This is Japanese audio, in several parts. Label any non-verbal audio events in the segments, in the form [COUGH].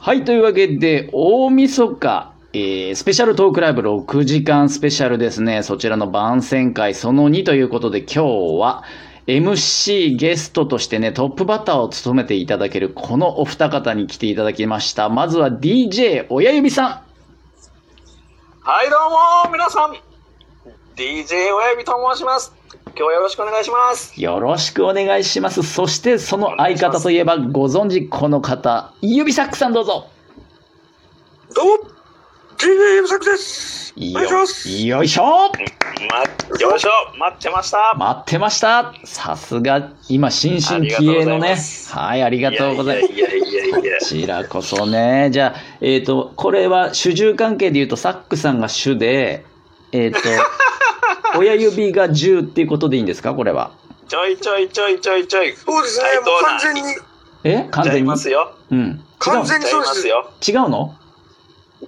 はい、というわけで、大晦日、えースペシャルトークライブ6時間スペシャルですね。そちらの番宣会その2ということで、今日は MC ゲストとしてね、トップバッターを務めていただけるこのお二方に来ていただきました。まずは DJ 親指さはい、どうも、皆さん。DJ 親指と申します。今日はよろしくお願いします。ん、よろしくお願いします。そしてその相方といえばご存知この方、指サックさんどうぞ。どうも、DJ 指作です。お願いします。よいしょま、よいしょ、待ってました。待ってましたさすが、今、新進気鋭のありがとうございねま。すはい、ありあがとうございます。いやいやいやいやいやこ。ちらこそね。じゃあ、えっ、と、これは主従関係で言うと、サックさんが主で、えっ、 [LAUGHS] と、親指が10っていうことでいいんですかこれは。ちょいちょいちょいちょいちょい。そうですね、もう完全に、え完ちゃい全にますよ。うん。違う完全ちゃいますよ。違うの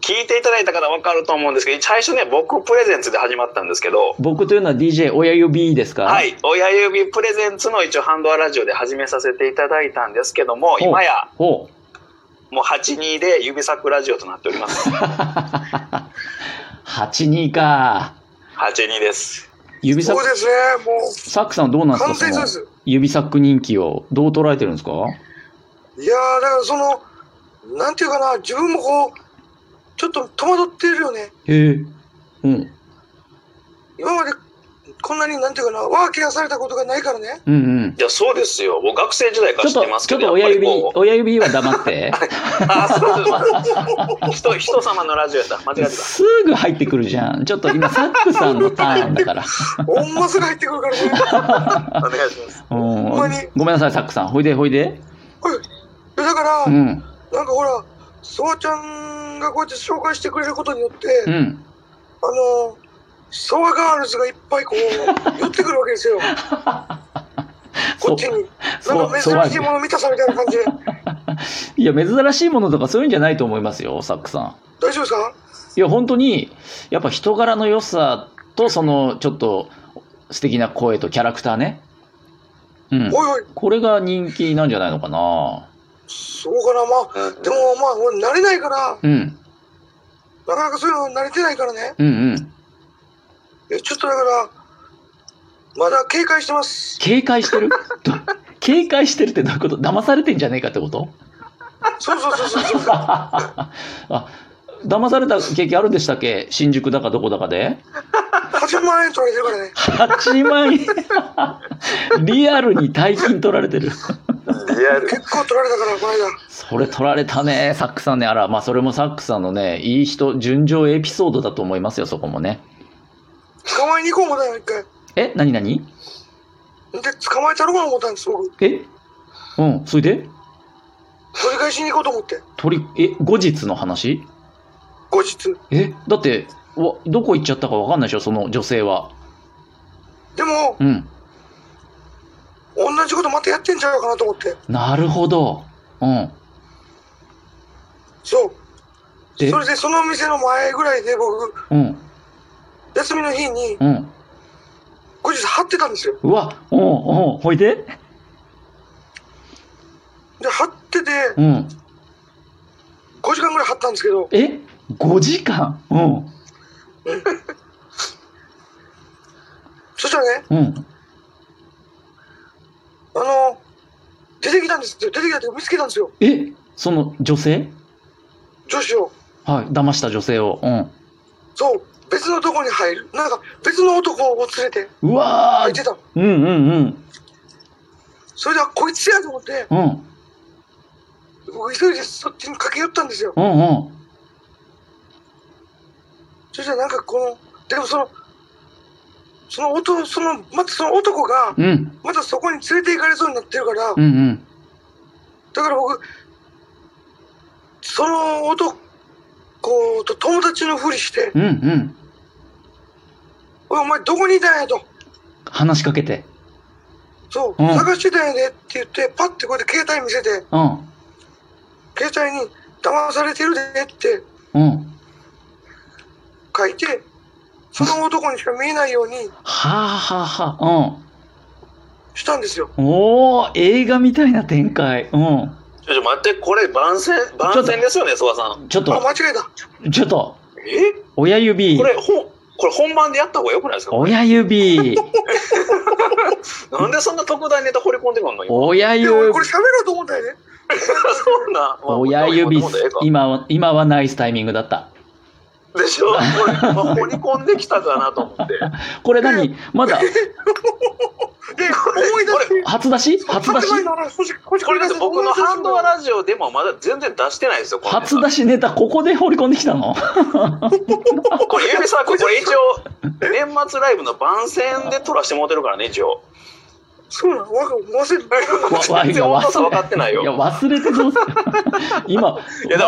聞いていただいた方わかると思うんですけど、最初ね、僕プレゼンツで始まったんですけど、僕というのは DJ 親指ですかは。い、親指プレゼンツの一応ハンドアラジオで始めさせていただいたんですけども、今や [LAUGHS] ほう。もう82で指作ラジオとなっております。 82か。 82です。指サッそうク、ですね、もうサックさんはどうなんですか完全にそうでそのす。指サック人気をどう捉えてるんですかいやー、だからその、なんていうかな、自分もこう、ちょっと戸惑ってるよね。へえ。うん。今までこんなになんていうかな、ワーキャーされたことがないから [LAUGHS] ね。うんうん。いや、そうですよ。僕学生時代ちょからっ知っとてます、ちけょっど、と親やっぱ指りこ、う親指は黙って。 [LAUGHS] [LAUGHS] あー、そうです。人、人様のラジオやった。間違えてた。すぐ入ってくるじゃん。ちょっと今、サックさんのターンだ [LAUGHS] から。おんますぐ入ってくるからね。お [LAUGHS] 願いします。うんまにごめんなさい、サックさん。ほいで、ほいで。はいいやだから、うなんん。かほら、そうちゃんがこうやって紹介してくれることによって、うあん。の、ソワガールズがいっぱいこ [LAUGHS] う、寄ってくるわけですよ。こっちに。そなんう、かそうは珍しいもの見たさみたいな感じで。いや、珍しいものとかそういうんじゃないと思いますよ、サックさん。大丈夫ですかいや、本当に、やっぱ人柄の良さと、その、ちょっと、素敵な声とキャラクターね。うん。おいおい、これが人気なんじゃないのかな。そうかな、まあ。でもまあ俺慣れないからうん。なかなかそういうの慣れてないからねうんうん。いやちょっとだからまだ警戒してます警戒してるど警戒してるってどういうこと騙されてんじゃねえかってこと [LAUGHS] そうそうそうそうそうそうあ騙された経験あるんでしたっけ新宿だかどこだかで8万円取られてるからね8万円 [LAUGHS] リアルに大金取られてるリアル。結構取られたからこの間それ取られたねサックさんねあらまあそれもサックさんのねいい人純情エピソードだと思いますよそこもね捕まえに行こう思ったよ一回え何何で捕まえたろうかな思ったんです僕えうんそれで取り返しに行こうと思って取りえ後日の話後日えだってわどこ行っちゃったかわかんないでしょその女性はでもうん同じことまたやってんちゃうかなと思ってなるほど。うん。そうでそれでその店の前ぐらいで僕うん。休みの日にうん。後日張ってたんですようわ、うん、うん。ほいでで張っててうん。 5時間ぐらい張ったんですけどえ ?5 時間うん。そしたらねうん。あの出てきたんですよ出てきたっていうか見つけたんですよえその女性女子をはい。騙した女性を。うん。そう別のとこに入るなんか別の男を連れてうわ入っーてたのうんうんうん。それであこいつやと思ってうん。僕急いでそっちに駆け寄ったんですようんうん。そしたらなんかこのでもそのその男そのまたその男がうん。またそこに連れて行かれそうになってるからうんうん。だから僕その男と友達のふりしてうんうん。 「おいお前どこにいたんや」と話しかけて。 「そううん探してたんやで」って言ってパッてこうやって携帯見せてうん。携帯に「騙されてるで」ってうん。書いてその男にしか見えないようにはあはあはあ。したんですようん。おー、映画みたいな展開。うん。ちょちょ待って、これ番宣、番宣ですよね、諏訪さん。ちょっあ、と、間違えた。ちょっと、え親指こ、れ、ほん、これ本番でやった方がよくないですか親指、なんでそんな特大ネタ掘り込んでくんの今。親い指 [LAUGHS] や、、俺これ喋ろうと思ったよね。 [LAUGHS] そんな。まあ親指掘り込んでええか、今は、今はナイスタイミングだった。でしょこれ、まあ、掘り込んできたかなと思 [LAUGHS] って。これ何まだ、で、思い出して。初出し初出し発売の話欲しい欲しいこれだって僕のハンドはラジオでもまだ全然出してないですよ。このネタ初出しネタ、ここで放り込んできたのこれ、指さん、これ一応、年末ライブの番宣で撮らせてもらってるからね、一応。そうなのわか忘れてわわ全然いや音さ分かってないいよ。や、忘れてどうす今、いや、で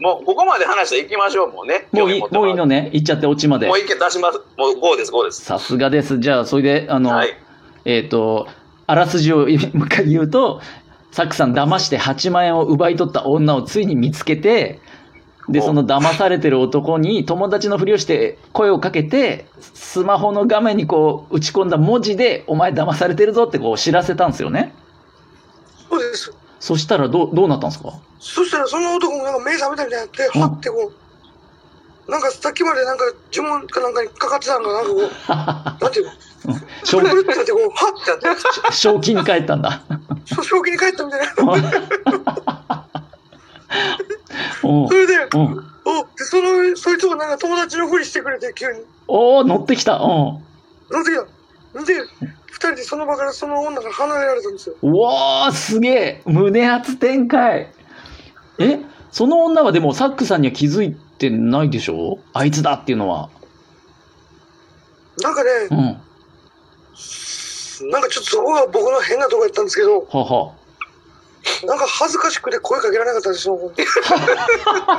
も、もうここまで話していきましょう、もうね。もういい、興味持ってもういいのね。行っちゃって、オチまでもう。一件出します。もう5です、5です。さすがです。じゃあ、それで、あの、はい。えっ、と、あらすじをもう一回言うと、サックさん騙して8万円を奪い取った女をついに見つけて、で、おその騙されてる男に友達のふりをして声をかけて、スマホの画面にこう打ち込んだ文字で、お前騙されてるぞってこう知らせたんですよね。そうです。そしたらどう、どうなったんですかそしたらその男もなんか目覚めたみたいになって、うんはってこう、なんかさっきまでなんか呪文かなんかにかかってたのが、なんかこ [LAUGHS] う、なんていうの、賞ブルブルってなってこう、はってなって、賞金に帰ったんだ。そう正気に帰ったみたいな。おうそれで、うん、おでその、そいつもなんか友達のふりしてくれて、急に。おー乗ってきた。うんその時は、で、二人でその場からその女から離れられたんですよ。うわーすげえ胸熱展開えその女はでもサックさんには気づいてないでしょあいつだっていうのはなんかね、うんはなんかちょっとそこが僕の変なとこやったんですけど、あはなんか恥ずかしくて声かけられなかったんですよ、その [LAUGHS] 子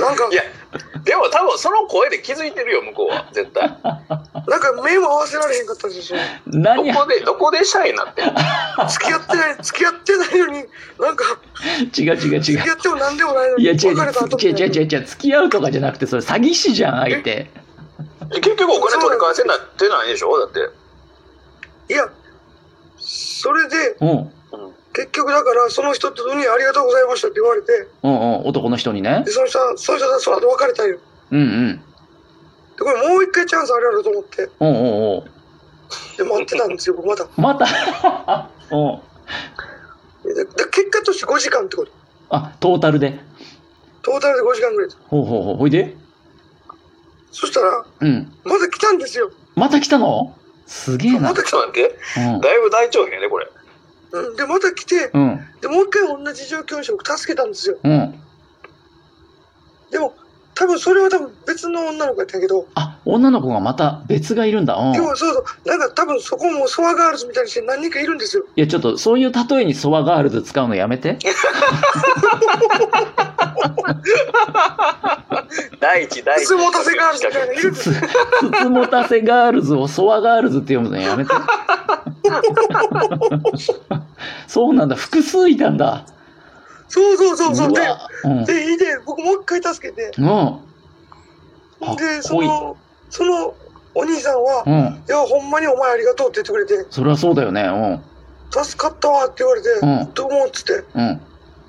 なんかい、や、でも多分その声で気づいてるよ、向こうは。絶 [LAUGHS] 対。なんか目も合わせられへんかったんですよ。そのど何こで、どこでシャイになってんの付き合ってない、付き合ってないのに、なんか、違う違う違付きう合っても何でもないのいに、や違う違う別れた後みた違ういな違う違う違う付き合うとかじゃなくてそれ詐欺師じゃん相手結局お金取り返せなってないでしょだって。いや、それで、うん結局だから、その人とにありがとうございましたって言われて、うんうん男の人にねで、その人は、その人はその後別れたんよ。で、うんうんこれもう一回チャンスあるやろと思って、おうんうんうんで、待ってたんですよ、僕まだ。また [LAUGHS] うんで、で結果として5時間ってこと。あトータルでトータルで5時間ぐらいです。ほうほうほうほいでそしたら、うんまだ来たんですよ。また来たのすげえなちまょたっと待って。うんだいぶ大長編やね、これ。うん、で、また来て、うんで、もう一回同じ状況にして僕助けたんですよ。うんでも、多分それは多分別の女の子やったんやけど、あ、女の子がまた別がいるんだ。うん。でいもそうそう、なんか多分そこもソアガールズみたいにして何人かいるんですよ。や、ちょっと、そういう例えにソワガールズ使うのやめて。第一、第一。相撲たせガールズみたいなのいるんですつよ。つもたせガールズをソワガールズって読むのやめて。そうなんだ。複数いたんだ。そうそうそうそう。うで、わ。うん。で、いいで、僕もう一回助けて、うん。あで、その、そのお兄さんは、うん。いや、ほんまにお前ありがとうって言ってくれて、それはそうだよね。う助かったわって言われて、うんどうもっつって。ん。うん。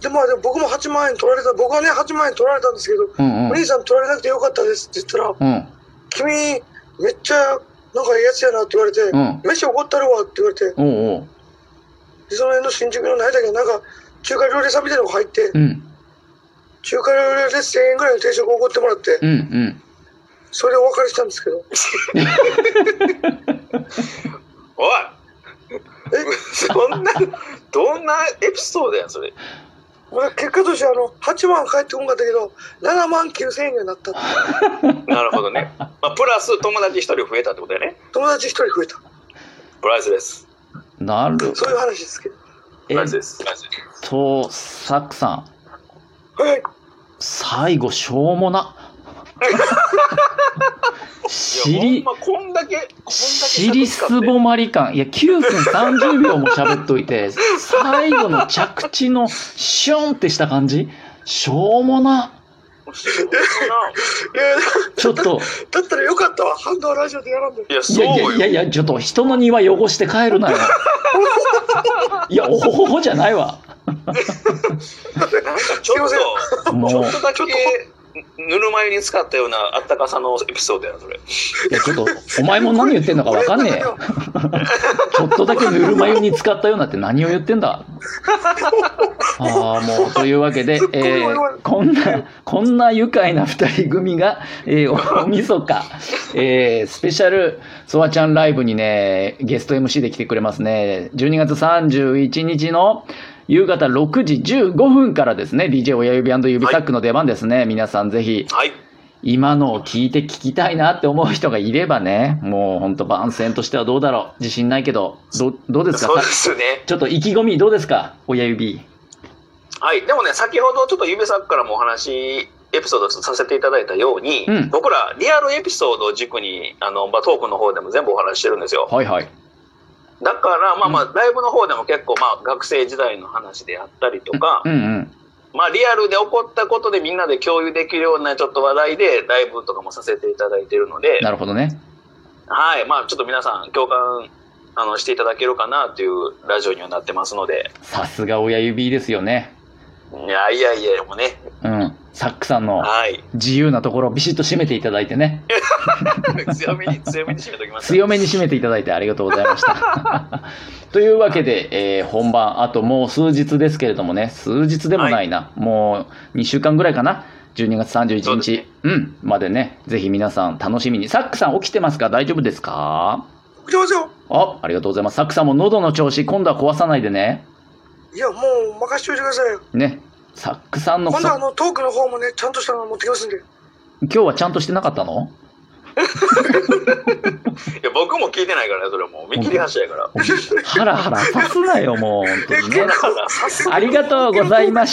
で、まあでも僕も8万円取られた、僕はね、8万円取られたんですけど、うん。おうん兄。さん取られなくてよかったですって言ったら、うん。君、めっちゃ、なんかええやつやなって言われて、うん。飯おごったるわって言われて、おうおう。でその辺の新宿の何だっけなんか中華料理屋さんみたいなのが入って、うん。中華料理屋で1000円ぐらいの定食を奢ってもらって、うん。うん。それでお別れしたんですけど、おい [LAUGHS] そんな、どんなエピソードやん、それ。まあ、結果としてあの8万返ってこんかったけど、7万9000円になった。なるほどね。まあ、プラス友達一人増えたってことやね。友達一人増えた。プライスです。なるそういう話ですけど。プえラっイスです。と、サックさん。はい。最後しょうもない尻や、ほんま、こんだけ、こんだけ尻尺使すってぼまり感いや9分30秒も喋っといて最後の着地のシュンってした感じしょうもないや、ちょっと [LAUGHS] だったらよかったわ。ハンドラジオでやらんで。いや、いそうやいやよ。いやいやちょっと人の庭汚して帰るなよいやおほほほじゃないわなんかちょっすいまと、もう、ちょっとだちょっとけ、ぬぬま湯に使ったようなあったかさのエピソードやな、それ。いやちょっと、お前も何言ってんのかわかんねえ。ちょっとだけぬるま湯に使ったようなって何を言ってんだ。ああ、もう、というわけでツッ、コミえも言わなーいこんな、こんな愉快な二人組が、えー、大晦日、えー、スペシャル、ソワちゃんライブにね、ゲスト MC で来てくれますね。12月31日の、夕方6時15分からですね、DJ 親指指サックの出番ですね。皆さんぜひ、はい。今のを聞いて聞きたいなって思う人がいればね、もう本当番宣としてはどうだろう。自信ないけど、どどうですかそうですね。ちょっと意気込みどうですか親指。はい。でもね、先ほどちょっとゆべさんからもお話、エピソードさせていただいたように、うん僕らリアルエピソードを軸に、あの、まあ、トークの方でも全部お話ししてるんですよ。はいはい。だから、まあまあ、ライブの方でも結構、まあ、学生時代の話であったりとか、うんうん。まあ、リアルで起こったことでみんなで共有できるようなちょっと話題でライブとかもさせていただいてるので、なるほどね。はい、まあ、ちょっと皆さん共感あのしていただけるかなというラジオにはなってますので、さすが親指ですよね。いやいやいや、もうね、うん。サックさんのはい、 [LAUGHS] 自由なところをビシッと締めていただいてね。強めに、強めに締めておきます。強めに締めていただいてありがとうございました。というわけで、えー本番、あともう数日ですけれどもね、数日でもないな、もう2週間ぐらいかな、12月そ31うです日、ねうん、までね、ぜひ皆さん楽しみに。サックさん起きてますか大丈夫ですか起きてますよ。あ、ありがとうございます。サックさんも喉の調子、今度は壊さないでね。いや、もう任しておいてくださいよ。ね、サックさんの今そ度あのトークの方もね、ちゃんとしたの持ってきますんで。今日はちゃんとしてなかったのいや僕も聞いてないからね、それはもう見切り発車やから。ハラハラさすなよ、もう、本当にえね結。構さすがありがとうございました。